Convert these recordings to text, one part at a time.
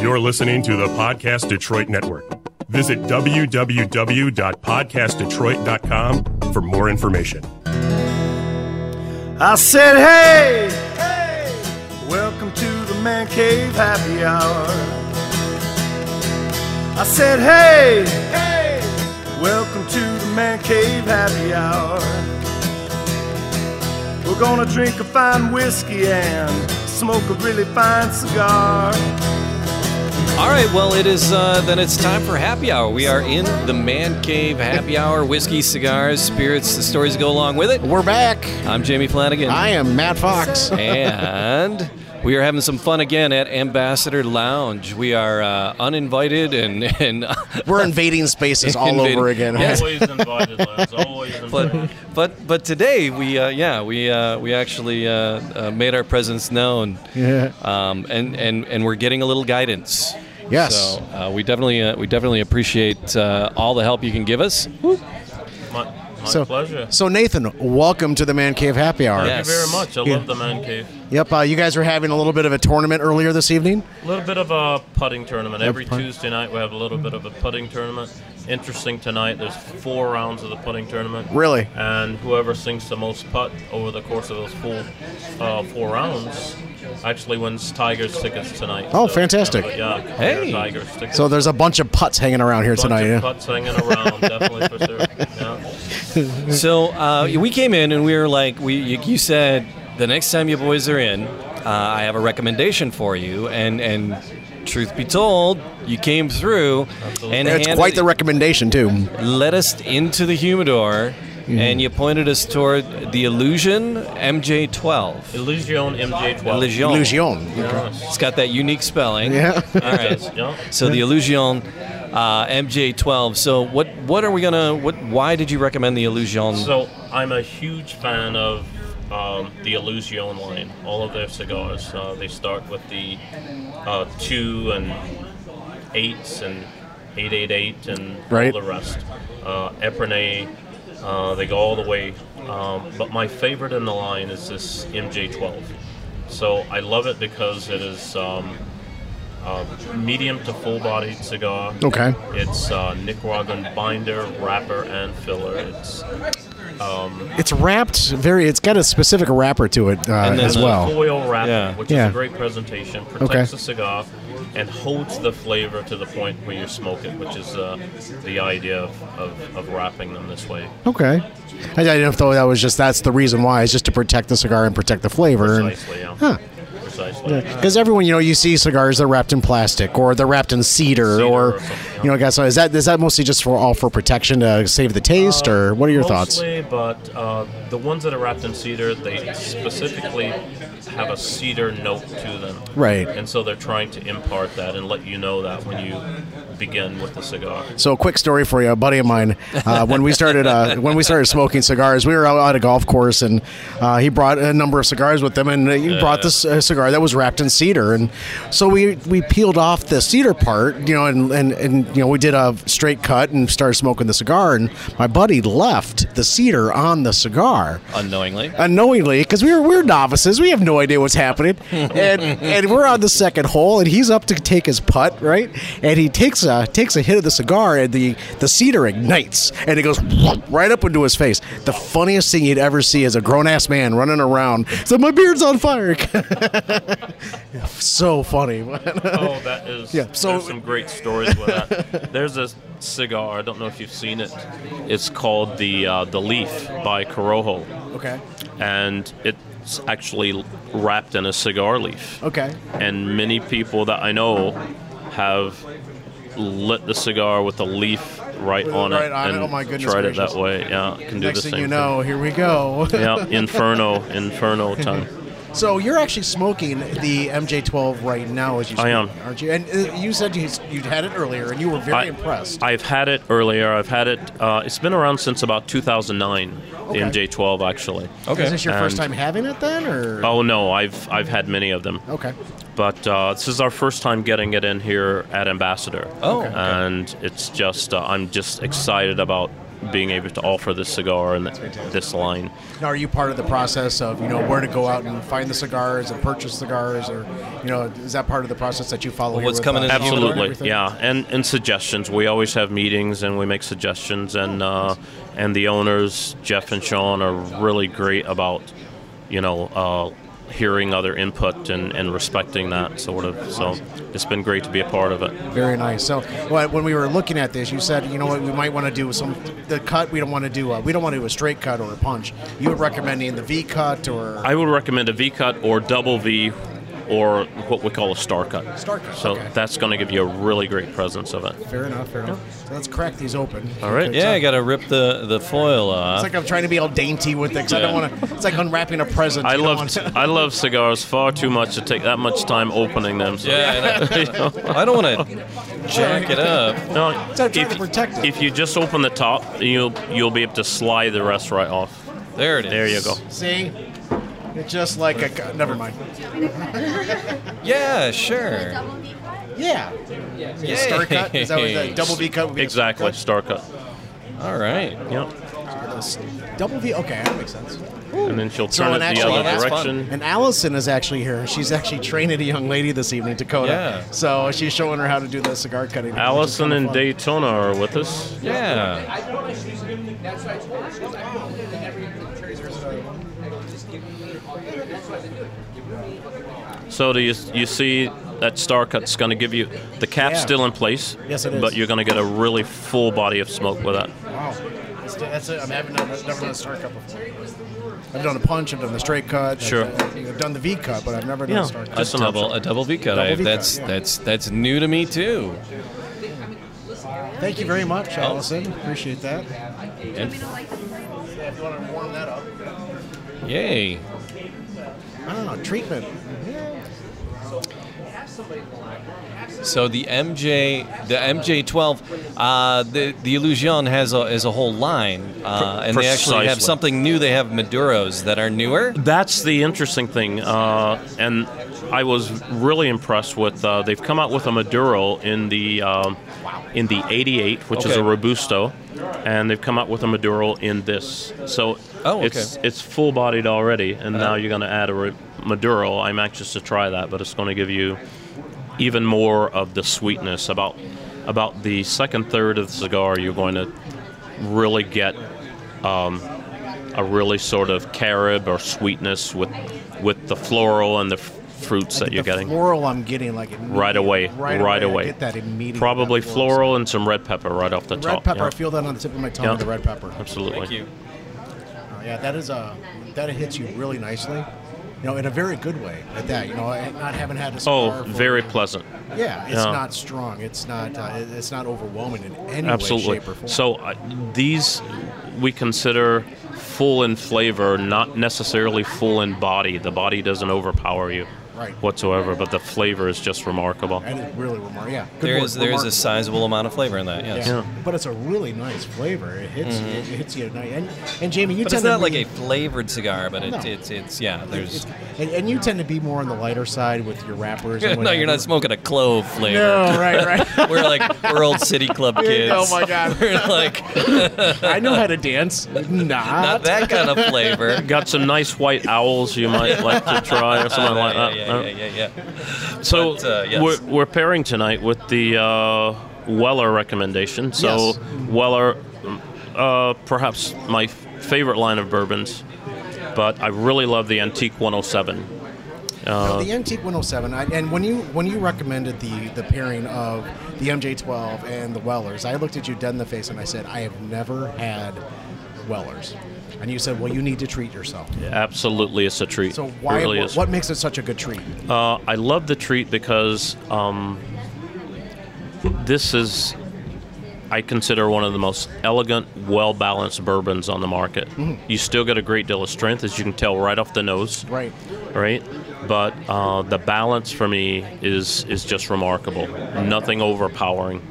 You're listening to the Podcast Detroit Network. Visit www.podcastdetroit.com for more information. I said, hey, hey, welcome to the Man Cave Happy Hour. I said, hey, hey, welcome to the Man Cave Happy Hour. We're gonna drink a fine whiskey and smoke a really fine cigar. All right, well, it is uh, then it's time for happy hour. We are in the man cave happy hour. Whiskey, cigars, spirits, the stories that go along with it. We're back. I'm Jamie Flanagan. I am Matt Fox. and we are having some fun again at Ambassador Lounge. We are uh, uninvited and, and We're invading spaces all Invading. over again. Yes. Always invited, lads. Always invited. but but but today we uh, yeah we uh, we actually uh, uh, made our presence known. Yeah. Um, and and and we're getting a little guidance. Yes. So uh, we definitely uh, we definitely appreciate uh, all the help you can give us. My, my So, pleasure. so Nathan, welcome to the Man Cave Happy Hour. Yeah. Thank you very much. I Yeah. love the man cave. Yep. Uh, you guys were having a little bit of a tournament earlier this evening. A little bit of a putting tournament. Every putt. Tuesday night we have a little bit of a putting tournament. Interesting tonight. There's four rounds of the putting tournament. Really? And whoever sinks the most putt over the course of those full uh, four rounds actually wins Tigers tickets tonight. Oh, fantastic. Yeah. Hey. Tigers tickets. So there's a bunch of putts hanging around here Bunch tonight. of yeah. putts hanging around, definitely for sure. Yeah. So uh, we came in and we were like, we you, you said the next time you boys are in, uh, I have a recommendation for you. And and truth be told, you came through and It's handed- quite the recommendation too. led us into the humidor. Mm-hmm. And you pointed us toward the Illusion MJ12. Illusion MJ12. Illusion. Illusion. It's got that unique spelling. Yeah. All right. Yeah. So the Illusion uh, MJ12. So what what are we gonna? What? Why did you recommend the Illusion? Um, So I'm a huge fan of um, the Illusion line. All of their cigars. Uh, they start with the uh, two and eights and eight eight eight and Right. all the rest. Uh, Epernay. Uh, they go all the way. Um, but my favorite in the line is this MJ12. So I love it because it is um, uh, medium to full bodied cigar. Okay. It's uh, Nicaraguan binder, wrapper, and filler. It's It's wrapped very. It's got a specific wrapper to it uh, And then as the well. foil wrap, Yeah. which Yeah. is a great presentation, protects Okay. the cigar, and holds the flavor to the point where you smoke it, which is uh, the idea of, of, of wrapping them this way. Okay. I I didn't know if that was just that's the reason why. It's just to protect the cigar and protect the flavor. and- Precisely, yeah. Huh. Precisely. Because everyone, you know, you see cigars they're wrapped in plastic or they're wrapped in cedar, Cedar or, or something, yeah. you know, I guess so is that is that mostly just for all for protection to save the taste, or what are your thoughts? Uh, Mostly, but uh, the ones that are wrapped in cedar, they specifically have a cedar note to them. Right. And so they're trying to impart that and let you know that when you begin with the cigar. So, a quick story for you. A buddy of mine, uh, when we started uh, when we started smoking cigars, we were out at a golf course, and uh, he brought a number of cigars with him, and uh, he brought this uh, cigar that was wrapped in cedar, and so we we peeled off the cedar part, you know, and and, and you know we did a straight cut and started smoking the cigar, and my buddy left the cedar on the cigar. Unknowingly. unknowingly because we were we're novices. We have no idea what's happening, and and we're on the second hole, and he's up to take his putt, right? And he takes a takes a hit of the cigar, and the the cedar ignites, and it goes right up into his face. The funniest thing you'd ever see is a grown ass man running around. So my beard's on fire. so funny. Oh, that is. Yeah, so- there's some great stories with that. there's a cigar. I don't know if you've seen it. It's called the uh, the Leaf by Corojo, okay. and it's actually wrapped in a cigar leaf. Okay. And many people that I know have lit the cigar with a leaf right on it Right on it. and Oh, my goodness tried it gracious. that way. Yeah, can do Next the thing same you know, here we go. thing. Yeah, inferno, inferno time. So you're actually smoking the MJ12 right now, as you speak, I am. aren't you? And uh, you said you you'd had it earlier, and you were very impressed. I've had it earlier. I've had it. Uh, it's been around since about 2009. Okay. The MJ12 actually. Okay. Is this your first And- time having it then, or Oh no, I've I've had many of them, okay? but uh, this is our first time getting it in here at Ambassador. Oh. Okay. and it's just uh, I'm just excited about being able to offer this cigar and this line. Now, are you part of the process of you know where to go out and find the cigars and purchase cigars, or you know is that part of the process that you follow? here what's with, coming in the Hugo and Absolutely, everything? yeah, and and suggestions. We always have meetings and we make suggestions, and uh, and the owners Jeff and Sean are really great about, you know, uh, hearing other input and, and respecting that sort of. So it's been great to be a part of it. Very nice. So, what- when we were looking at this, you said, you know what, we might want to do some the cut. We don't want to do a, we don't want to do a straight cut or a punch. You were recommending the V cut or I would recommend a V cut or double V, or what we call a star cut. Star cut, So okay. that's going to give you a really great presence of it. fair enough, fair enough. So let's crack these open. All right. Yeah, I got to rip the, the foil It's off. like I'm trying to be all dainty with it 'cause I don't Yeah. want to. It's like unwrapping a present. I you don't love want to- I love cigars far too much to take that much time opening them. So. Yeah, and You know? I, I don't want to jack it up. No, So I'm trying if- to protect it. If you just open the top, you'll you'll be able to slide the rest right off. There it is. There you go. See, it's just like a. cu- Never mind. Yeah, sure. Yeah. Yay. Star cut. Is that what the double V cut would be? a star Exactly, cut? star cut. All right. Yep. Double V. Okay, that makes sense. And then she'll So turn an it the actual- other that's fun. direction. And Allison is actually here. She's actually training a young lady this evening, Dakota. Yeah. So she's showing her how to do the cigar cutting. which is Allison kinda and fun. Daytona are with us. Yeah. So do you you see that star cut's going to give you the cap's Yeah. still in place? Yes, it is. But you're going to get a really full body of smoke with that. Wow. That's, that's it. I mean, I haven't done, never done a star cut before. I've done a punch. I've done the straight cut. Sure. I've, I've done the V cut, but I've never done a star cut. A Just an option. double, a double V cut. Double I, V cut, that's yeah. that's that's new to me too. Thank you very much, Oh. Allison. Appreciate that. And If you want to warm that up. yay. I don't know Ah, treatment. So the MJ, the MJ12, uh, the the Illusion has a is a whole line, uh, and they actually have Precisely. something new. They have Maduros that are newer. That's the interesting thing, uh, and I was really impressed with. Uh, they've come out with a Maduro in the um, in the '88, which is Okay. a Robusto, and they've come out with a Maduro in this. So Oh, okay. Uh-huh. it's it's full bodied already, and now you're going to add a Ro- Maduro. I'm anxious to try that, but it's going to give you even more of the sweetness about about the second third of the cigar. You're going to really get um, a really sort of carob or sweetness with with the floral and the f- fruits that you're the getting floral I'm getting like immediate- right away. Right, right away. away. I get that immediately. Probably That floral and some red pepper right off the Red top. pepper. yeah. I feel that on the tip of my tongue. Yeah. with The red pepper. Absolutely. Thank you. Uh, yeah, that is a that hits you really nicely. You know, in a very good way at that. You know, I- not having had a Oh, cigar for- very pleasant. Yeah, it's yeah. not strong. It's not. Uh, it- it's not overwhelming in any way, Absolutely. shape, or form. So uh, these we consider full in flavor, not necessarily full in body. The body doesn't overpower you Right. whatsoever, but the flavor is just remarkable. and it's really remarkable. Yeah, good There word, is there is a remarkable. sizable amount of flavor in that. Yes. Yeah. But it's a really nice flavor. It hits you it hits you at night. And, and Jamie, you Mm-hmm. But it's tend not to like a be- flavored cigar, but it, No. it's it's yeah. There's and, and you tend to be more on the lighter side with your wrappers. and no, you're whatever. not smoking a clove flavor. No, right, right. We're like we're old city club kids. Oh my God. We're like I know how to dance. Not, not that kind of flavor. Got some nice white owls you might like to try or something like yeah, that. yeah, yeah, yeah, yeah, Uh, yeah. So But, uh, yes. we're, we're pairing tonight with the uh, Weller recommendation. So Yes. Weller, uh, perhaps my favorite line of bourbons, but I really love the Antique 107. Uh, the Antique 107. I, and when you when you recommended the the pairing of the MJ12 and the Wellers, I looked at you dead in the face and I said, I have never had Wellers. And you said, Well, you need to treat yourself. Absolutely, it's a treat. So It why? really what, is. what makes it such a good treat? Uh, I love the treat because um, this is, I consider one of the most elegant, well balanced bourbons on the market. Mm. You still get a great deal of strength, as you can tell right off the nose. Right. right? But uh, the balance for me is is just remarkable. Nothing overpowering.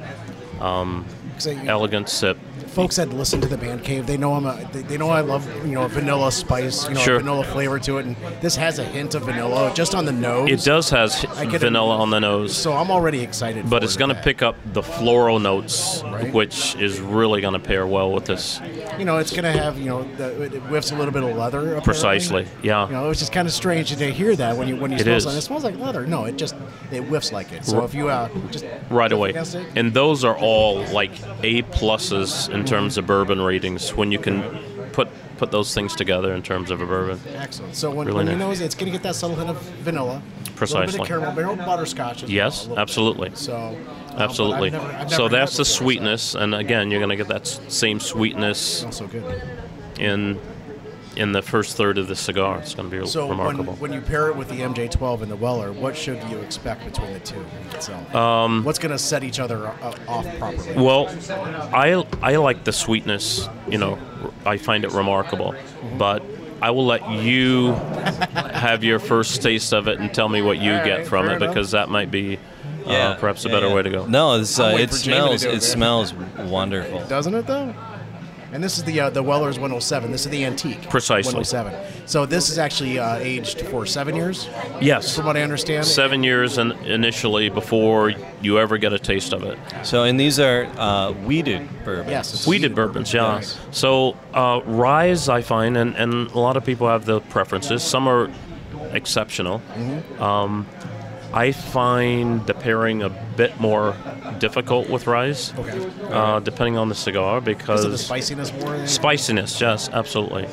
So you- Elegant sip. folks that listen to the band cave, they know I'm a, they, they know I love you know vanilla spice, you know Sure. vanilla flavor to it, and this has a hint of vanilla just on the nose. It does has get it. vanilla on the nose. So I'm already excited. but for it's it. going to pick up the floral notes, Right. which is really going to pair well with this. You know, it's going to have you know the, it whiffs a little bit of leather. apparently. Precisely, yeah. You know, it's just kind of strange to hear that when you when you It smell is. something. It smells like leather. No, it just it whiffs like it. So if you uh, just right away. against it. And those are all like A pluses in terms of bourbon ratings when you can put put those things together in terms of a bourbon. Excellent. So when, Really when you nice. know it's going to get that subtle hint of vanilla, a little bit Precisely. of caramel, but no butterscotch. as Yes, well, a little bit. absolutely. So uh, but I've Absolutely. never- I've never so had that's it the before, so sweetness, and again, you're going to get that s- same it's sweetness Also good. in in the first third of the cigar. It's going to be So remarkable. when, when you pair it with the MJ12 and the Weller, what should you expect between the two? So Um, what's going to set each other o- off properly? Well, I I like the sweetness. You know, I find it remarkable, but. I will let you have your first taste of it and tell me what you All get right, from fair it enough. because that might be uh, Yeah, perhaps a yeah, better yeah. way to go. No, it's, uh, I'll wait it for Jamie to smells do it it, man. smells wonderful. Doesn't it though? And this is the uh, the Weller's 107. This is the antique. Precisely. 107. So this is actually uh, aged for seven years, Yes. from what I understand. Seven years in, initially before you ever get a taste of it. So and these are uh, weeded bourbons. Yes. it's Weeded bourbons, yeah. Right. So uh, ryes, I find, and, and a lot of people have the preferences. Some are exceptional. Um, I find the pairing a bit more difficult with ryes, Okay. uh, depending on the cigar, Is it the because spiciness more? than- spiciness, yes, absolutely.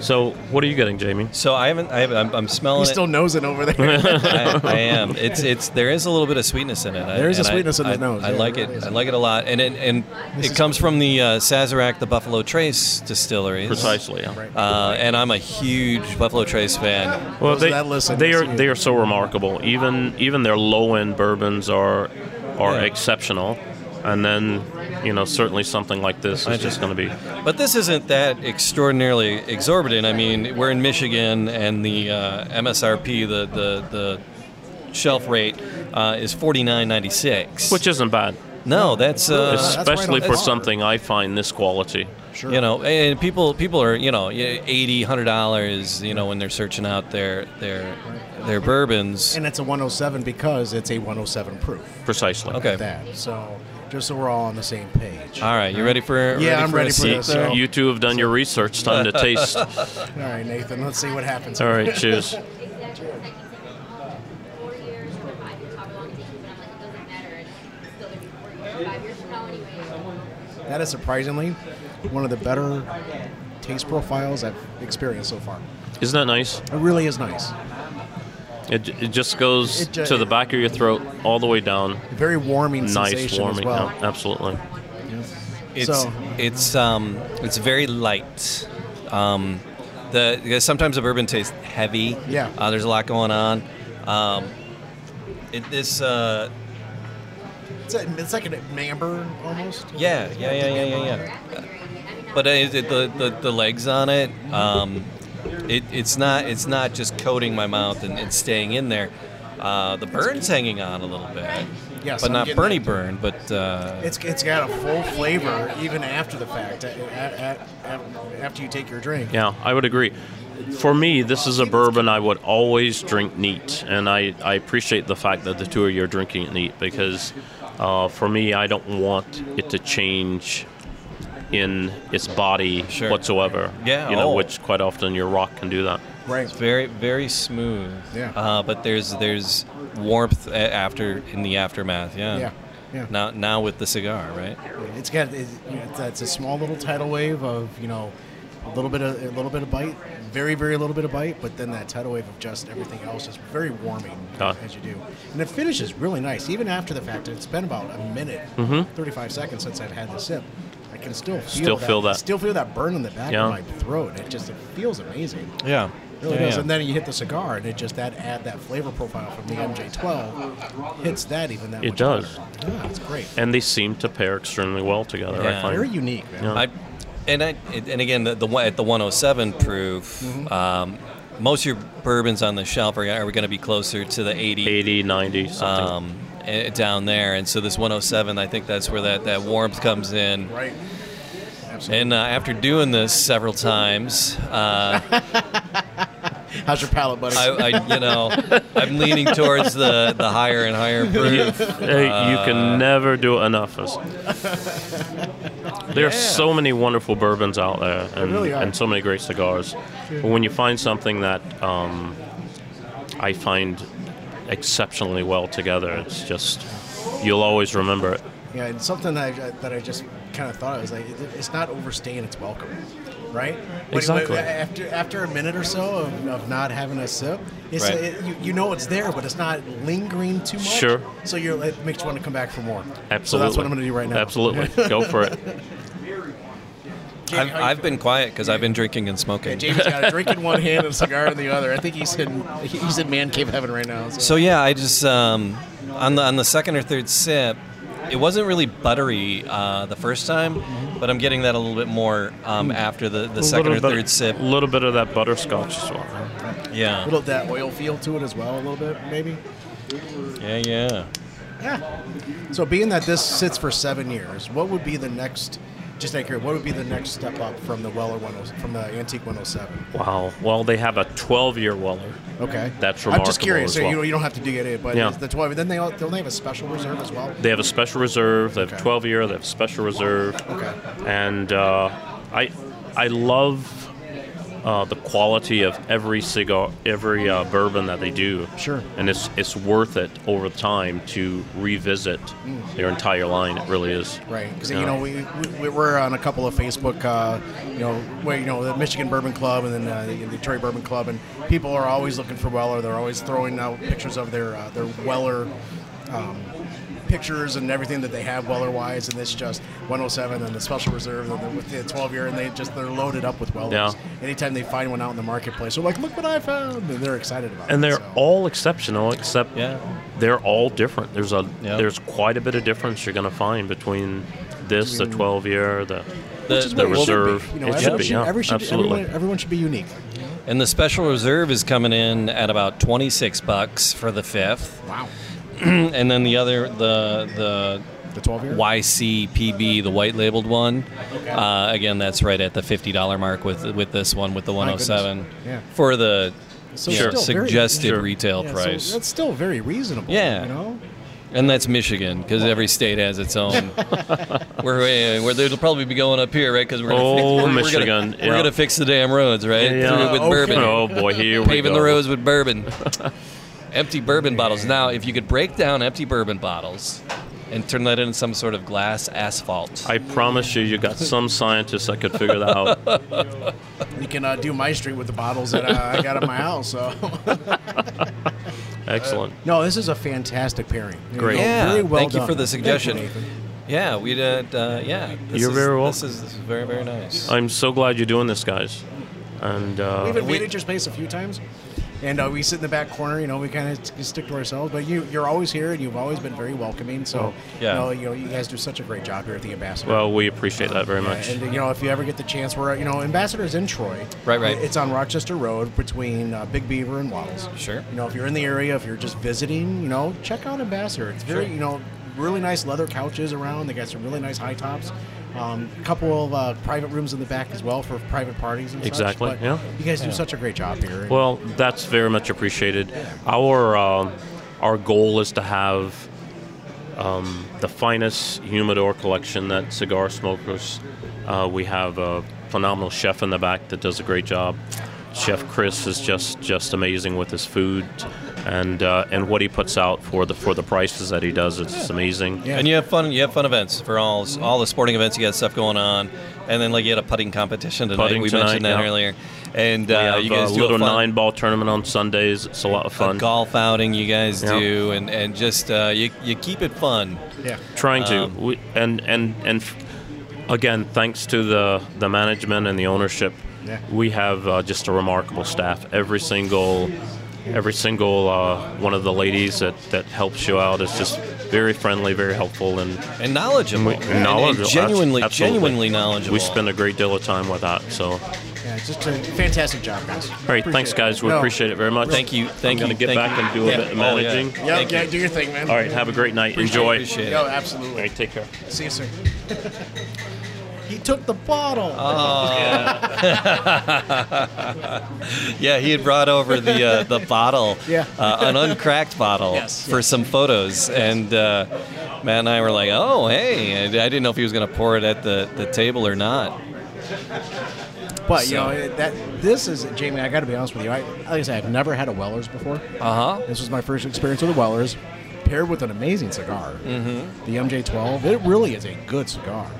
So, what are you getting, Jamie? So I haven't. I haven't I'm, I'm smelling He still it. knows it over there. I, I am. It's. It's. There is a little bit of sweetness in it. I- There is a and I- sweetness in I, his nose. I Yeah, like there it. really is. I like it a lot. And it, and it comes from the uh, Sazerac, the Buffalo Trace distilleries. Precisely, yeah. Uh, and I'm a huge Buffalo Trace fan. Well, Those they, that listen they to are you. they are so remarkable. Even even their low end bourbons are are Yeah. exceptional, and then you know certainly something like this is just going to be But this isn't that extraordinarily exorbitant. I mean, we're in Michigan, and the uh, MSRP, the the, the shelf rate, uh, is forty nine ninety six. which isn't bad, no, that's uh, It's- right especially on for par. something I find this quality. sure. You know, and people people are you know eighty, hundred dollars. You know, when they're searching out their their their bourbons. and it's a 107 because it's a 107 proof. Precisely. Okay. That. So just so we're all on the same page. Uh, All right, you ready for? Yeah, I'm for ready a for sip this. there? So- You two have done your research. Time to taste. All All right, Nathan. Let's see what happens. right, cheers. That is surprisingly one of the better taste profiles I've experienced so far. Isn't that nice? It really is nice. It, it just goes It ju- to the back of your throat all the way down. Very warming Nice, sensation warming. as well. Yeah, absolutely. It's So- it's um it's very light. Um, the yeah, sometimes the bourbon tastes heavy. Yeah. Uh, there's a lot going on. Um, it, this uh, It's, a, it's like an amber almost. yeah yeah yeah yeah yeah yeah. But uh, it, it- the, the the legs on it, um, it it's not it's not just coating my mouth and, and staying in there. Uh, the burn's hanging on a little bit. Yes, but I'm not getting Bernie that. burn, but uh, It's, it's got a full flavor even after the fact, a- a- a- after you take your drink. Yeah, I would agree. For me, this is a bourbon I would always drink neat, and I, I appreciate the fact that the two of you are drinking it neat because uh, for me, I don't want it to change in its body Sure. whatsoever. Yeah, you know, oh. which quite often your rock can do that. Right. Very, very smooth. Yeah. Uh, but there's there's warmth a- after in the aftermath. Yeah. Yeah, yeah. Now now with the cigar, right? It's got it, it's, it's a small little tidal wave of you know a little bit of a little bit of bite, very very little bit of bite, but then that tidal wave of just everything else is very warming Ah. as you do, and it finishes really nice even after the fact. It's been about a minute, 35 seconds since I've had the sip. I can still feel Mm-hmm. Still that, feel that. still feel that burn in the back Yeah. of my throat. It just it feels amazing. Yeah. It really does. And then you hit the cigar, and it just that add that flavor profile from the MJ12 hits that even that It much does. better. Yeah, it's great. And they seem to pair extremely well together. I Yeah. find. Very unique, man. Yeah. I, and I and again the, the one at the 107 proof. Um, most of your bourbons on the shelf are, are going to be closer to the um, 80, 80, 90, something. um, eh, down there, and so this 107, I think that's where that, that warmth comes in. Right. Absolutely. And uh, after doing this several times, uh, How's your palate, buddy? I, I, you know, I'm leaning towards the, the higher and higher proof. Hey, you Uh, can never do enough. It's- There's Yeah. so many wonderful bourbons out there, and, really are. and so many great cigars. But when you find something that um, I find exceptionally well together, it's just you'll always remember it. yeah, and something that I, that I just kind of thought I was like, it, it's not overstaying its welcome, right? When- Exactly. when- after after a minute or so of, of not having a sip, it's Right. it, you, you know it's there, but it's not lingering too much. Sure. So you it makes you want to come back for more. Absolutely. So that's what I'm going to do right now. Absolutely, go for it. I've, I've been quiet because I've been drinking and Yeah, smoking. Jamie's got a drink in one hand and a cigar in the other. I think he's in he's in man cave heaven right now. So yeah, I just um, on the on the second or third sip, it wasn't really buttery uh, the first time, but I'm getting that a little bit more Hmm. um, after the, the second or Little bit- third sip. little bit of that butterscotch as well. a Yeah, little of that oil feel to it as well, a little bit maybe. yeah, yeah. Yeah. So being that this sits for seven years, what would be the next? Just like here, what would be the next step up from the Weller 10, from the antique 107? Wow. Well, they have a 12-year Weller. Okay, That's I'm just remarkable curious. as So you, well. don't- you don't have to dig it in, but Yeah. the 12. Then they all, don't they have a special reserve as well? They have a special reserve. They have Okay. 12 year. They have special reserve. Okay. And uh, I, I love uh, the quality of every cigar, every uh, bourbon that they do. Sure. And it's it's worth it over time to revisit their entire line. It really is. Mm. Right, because Yeah. you know we, we we're on a couple of Facebook, uh, you know, where you know the Michigan Bourbon Club and then uh, the Detroit Bourbon Club, and people are always looking for Weller. They're always throwing out pictures of their uh, their Weller um, pictures and everything that they have Weller wise, and it's just 107 and the Special Reserve and the, with the 12 year, and they just they're loaded up with Wellers. Yeah. Anytime they find one out in the marketplace, they're like, look what I found, and they're excited about it. and they're so. all exceptional except Yeah. they're all different there's a Yeah. there's quite a bit of difference you're going to find between this the 12 year the Which the, is what it the should be, reserve You know, it should everyone be yeah, every- should- absolutely Everyone, everyone should be unique. And the special reserve is coming in at about 26 bucks for the fifth, Wow. and then the other the The 12 the year. YCPB, the white labeled one. Uh, again, that's right at the fifty dollar mark with with this one with the goodness. 107 Yeah. for the So you know, still very- suggested Sure. retail Yeah, so price. that's still very reasonable. Yeah. You know? And that's Michigan, because every state has its own. we're, uh, we're, they'll probably be going up here, right? Because we're gonna Oh, fix, we're- We're Michigan, gonna, we're yeah. gonna fix the damn roads, right? Yeah. Through with Okay. bourbon, oh boy here we paving go the roads with bourbon, empty bourbon bottles. Now, if you could break down empty bourbon bottles and turn that into some sort of glass asphalt, I promise you, you got some scientists that could figure that out. You can uh, do my street with the bottles that uh, I got at my house. So Excellent. no, this is a fantastic pairing. You Great. know, yeah, very well thank you done. for the Thank you, suggestion. Nathan. Yeah, we did. Uh, yeah, this You're is, very This welcome. is, this is very very nice. I'm so glad you're doing this, guys. And We've uh, been at your space a few times, and uh, we sit in the back corner. You know, we kind of t- stick to ourselves. But you, you're always here, and you've always been very welcoming. So Oh, Yeah. you know, you, know, you guys do such a great job here at the ambassador. well, we appreciate that very much. And you know, if you ever get the chance, we're uh, you know, Ambassador's in Troy. Right, right. It's on Rochester Road between uh, Big Beaver and Waddles. Sure. You know, if you're in the area, if you're just visiting, you know, check out Ambassador. It's very, Sure. you know, really nice leather couches around. They got some really nice high tops. Um, a couple of uh, private rooms in the back as well for private parties and Exactly, such. But yeah. You guys do such a great job here. Well, that's very much appreciated. Our um our goal is to have um, the finest humidor collection that cigar smokers. Uh, we have a phenomenal chef in the back that does a great job. Chef Chris is just just amazing with his food and uh, and what he puts out for the for the prices that he does. It's just amazing. Yeah. And you have fun. You have fun events for all all the sporting events. You got stuff going on, and then like you had a putting competition tonight. Putting we tonight, mentioned that yeah. earlier. And We uh, have you guys a do little a fun nine ball tournament on Sundays. It's a lot of a fun. golf outing. You guys Yeah. do, and and just uh, you you keep it fun. yeah. trying to um, we, and and and f- again thanks to the the management and the ownership Yeah. we have uh, just a remarkable staff every single every single uh, one of the ladies that that helps you out is just very friendly very helpful and And knowledgeable, we, And- and knowledgeable, abs- genuinely, absolutely. genuinely knowledgeable. we spend a great deal of time with that so all Yeah, it's just a fantastic job, guys. right thanks guys we No. appreciate it very much Thank you, thank i'm going you, to get thank back you. and do a Yeah. bit of Oh, yeah. managing Yeah. Yeah, Thank yeah, do your thing, man. all right have a great night I enjoy appreciate it. No, all absolutely. right take care See you soon. He took the bottle. Yeah, he had brought over the uh, the bottle, Yeah. uh, an uncracked bottle, Yes. for some photos. And uh, Matt and I were like, "Oh, hey!" I, I didn't know if he was going to pour it at the, the table or not. But you know that this is Jamie. I got to be honest with you. I, like I said, I've never had a Weller's before. Uh-huh. Uh huh. This was my first experience with a Weller's, paired with an amazing cigar, mm-hmm. the MJ12. It really is a good cigar.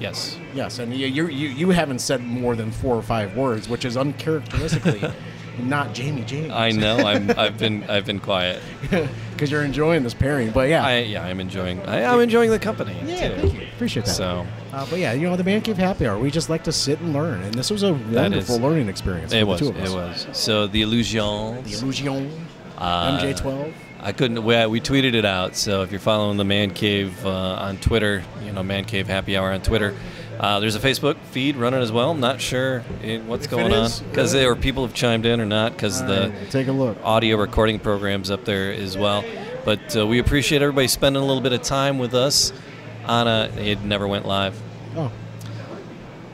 Yes. Yes, and you, you you you haven't said more than four or five words, which is uncharacteristically not Jamie James. I know. I'm. I've been. I've been quiet. because you're enjoying this pairing. But yeah, I yeah. I'm enjoying. I, I'm enjoying the company. yeah, too. thank you. Appreciate that. So Uh, but yeah, you know, the Man Cave Happy Hour, we just like to sit and learn, and this was a wonderful is- learning experience. for it the was. two of us. It was. So the illusions. The Illusion, Uh, MJ12. I couldn't. We, we tweeted it out. So if you're following the Man Cave uh, on Twitter, you know Man Cave Happy Hour on Twitter. Uh, there's a Facebook feed running as well. I'm not sure in what's it going on is, because there were people have chimed in or not because the Alright, take a look. audio recording programs up there as well. But uh, we appreciate everybody spending a little bit of time with us. On a, it never went live. Oh,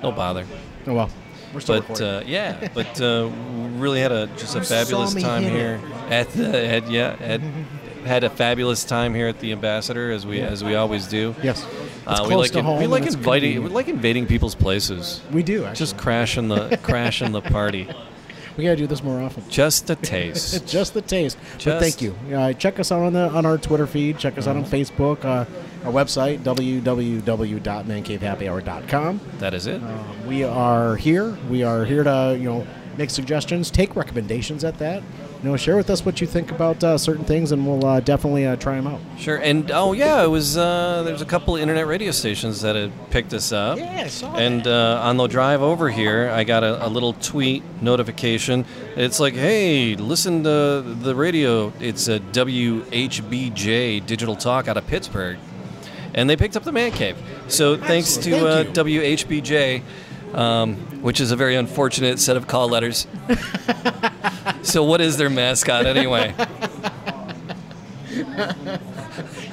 No bother. oh well. We're still But recording. uh, yeah, but uh, really had a just a You saw fabulous me time hit it. here at the at, yeah at, had a fabulous time here at the ambassador as we as we always do. yes. It's uh, we close like to in- home we and like it's inviting we convenient. like invading people's places. We do, actually. Just crashing the crashing the party. we got to do this more often. Just a taste. It's just the taste. but Just- Mm-hmm. thank you. Uh, check us out on the on our Twitter feed. Check us out on Facebook. Uh, our website www.mancavehappyhour.com. That is it. Um, we are here. We are here to you know make suggestions, take recommendations at that. You know, share with us what you think about uh, certain things, and we'll uh, definitely uh, try them out. Sure. And oh yeah, it was uh, there's a couple of internet radio stations that had picked us up. Yeah, I saw And uh, on the drive over here, I got a, a little tweet notification. It's like, hey, listen to the radio. It's a WHBJ Digital Talk out of Pittsburgh, and they picked up the man cave. So thanks to uh, Thank WHBJ. Um, which is a very unfortunate set of call letters. so, what is their mascot anyway?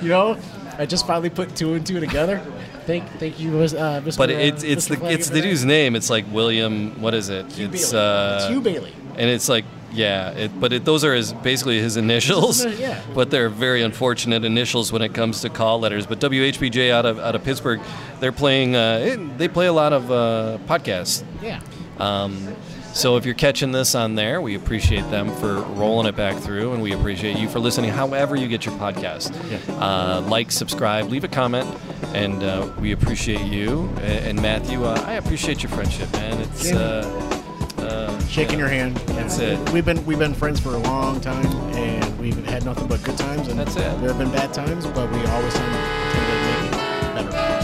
You know, I just finally put two and two together. thank, thank you, uh, Mr. But uh, it's it's Mr. the Flanagan it's for the that. dude's name. It's like William. What is it? Hugh it's uh, Bailey. it's Hugh Bailey. and it's like yeah. It, but it, those are his basically his initials. His- yeah. But they're very unfortunate initials when it comes to call letters. But WHBJ out of out of Pittsburgh, they're playing. Uh, it- they play a lot of uh, podcasts. Yeah. Um, so if you're catching this on there, we appreciate them for rolling it back through, and we appreciate you for listening. However you get your podcast, uh, like, subscribe, leave a comment, and uh, we appreciate you. A- And, and Matthew, uh, I appreciate your friendship, man. It's uh, uh, Shaking yeah. your hand. That's it. We've been we've been friends for a long time, and we've had nothing but good times. And That's it. There have been bad times, but we always tend tend to make it better.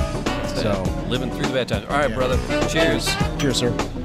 So living through the bad times. All right, brother. Cheers. Cheers, sir.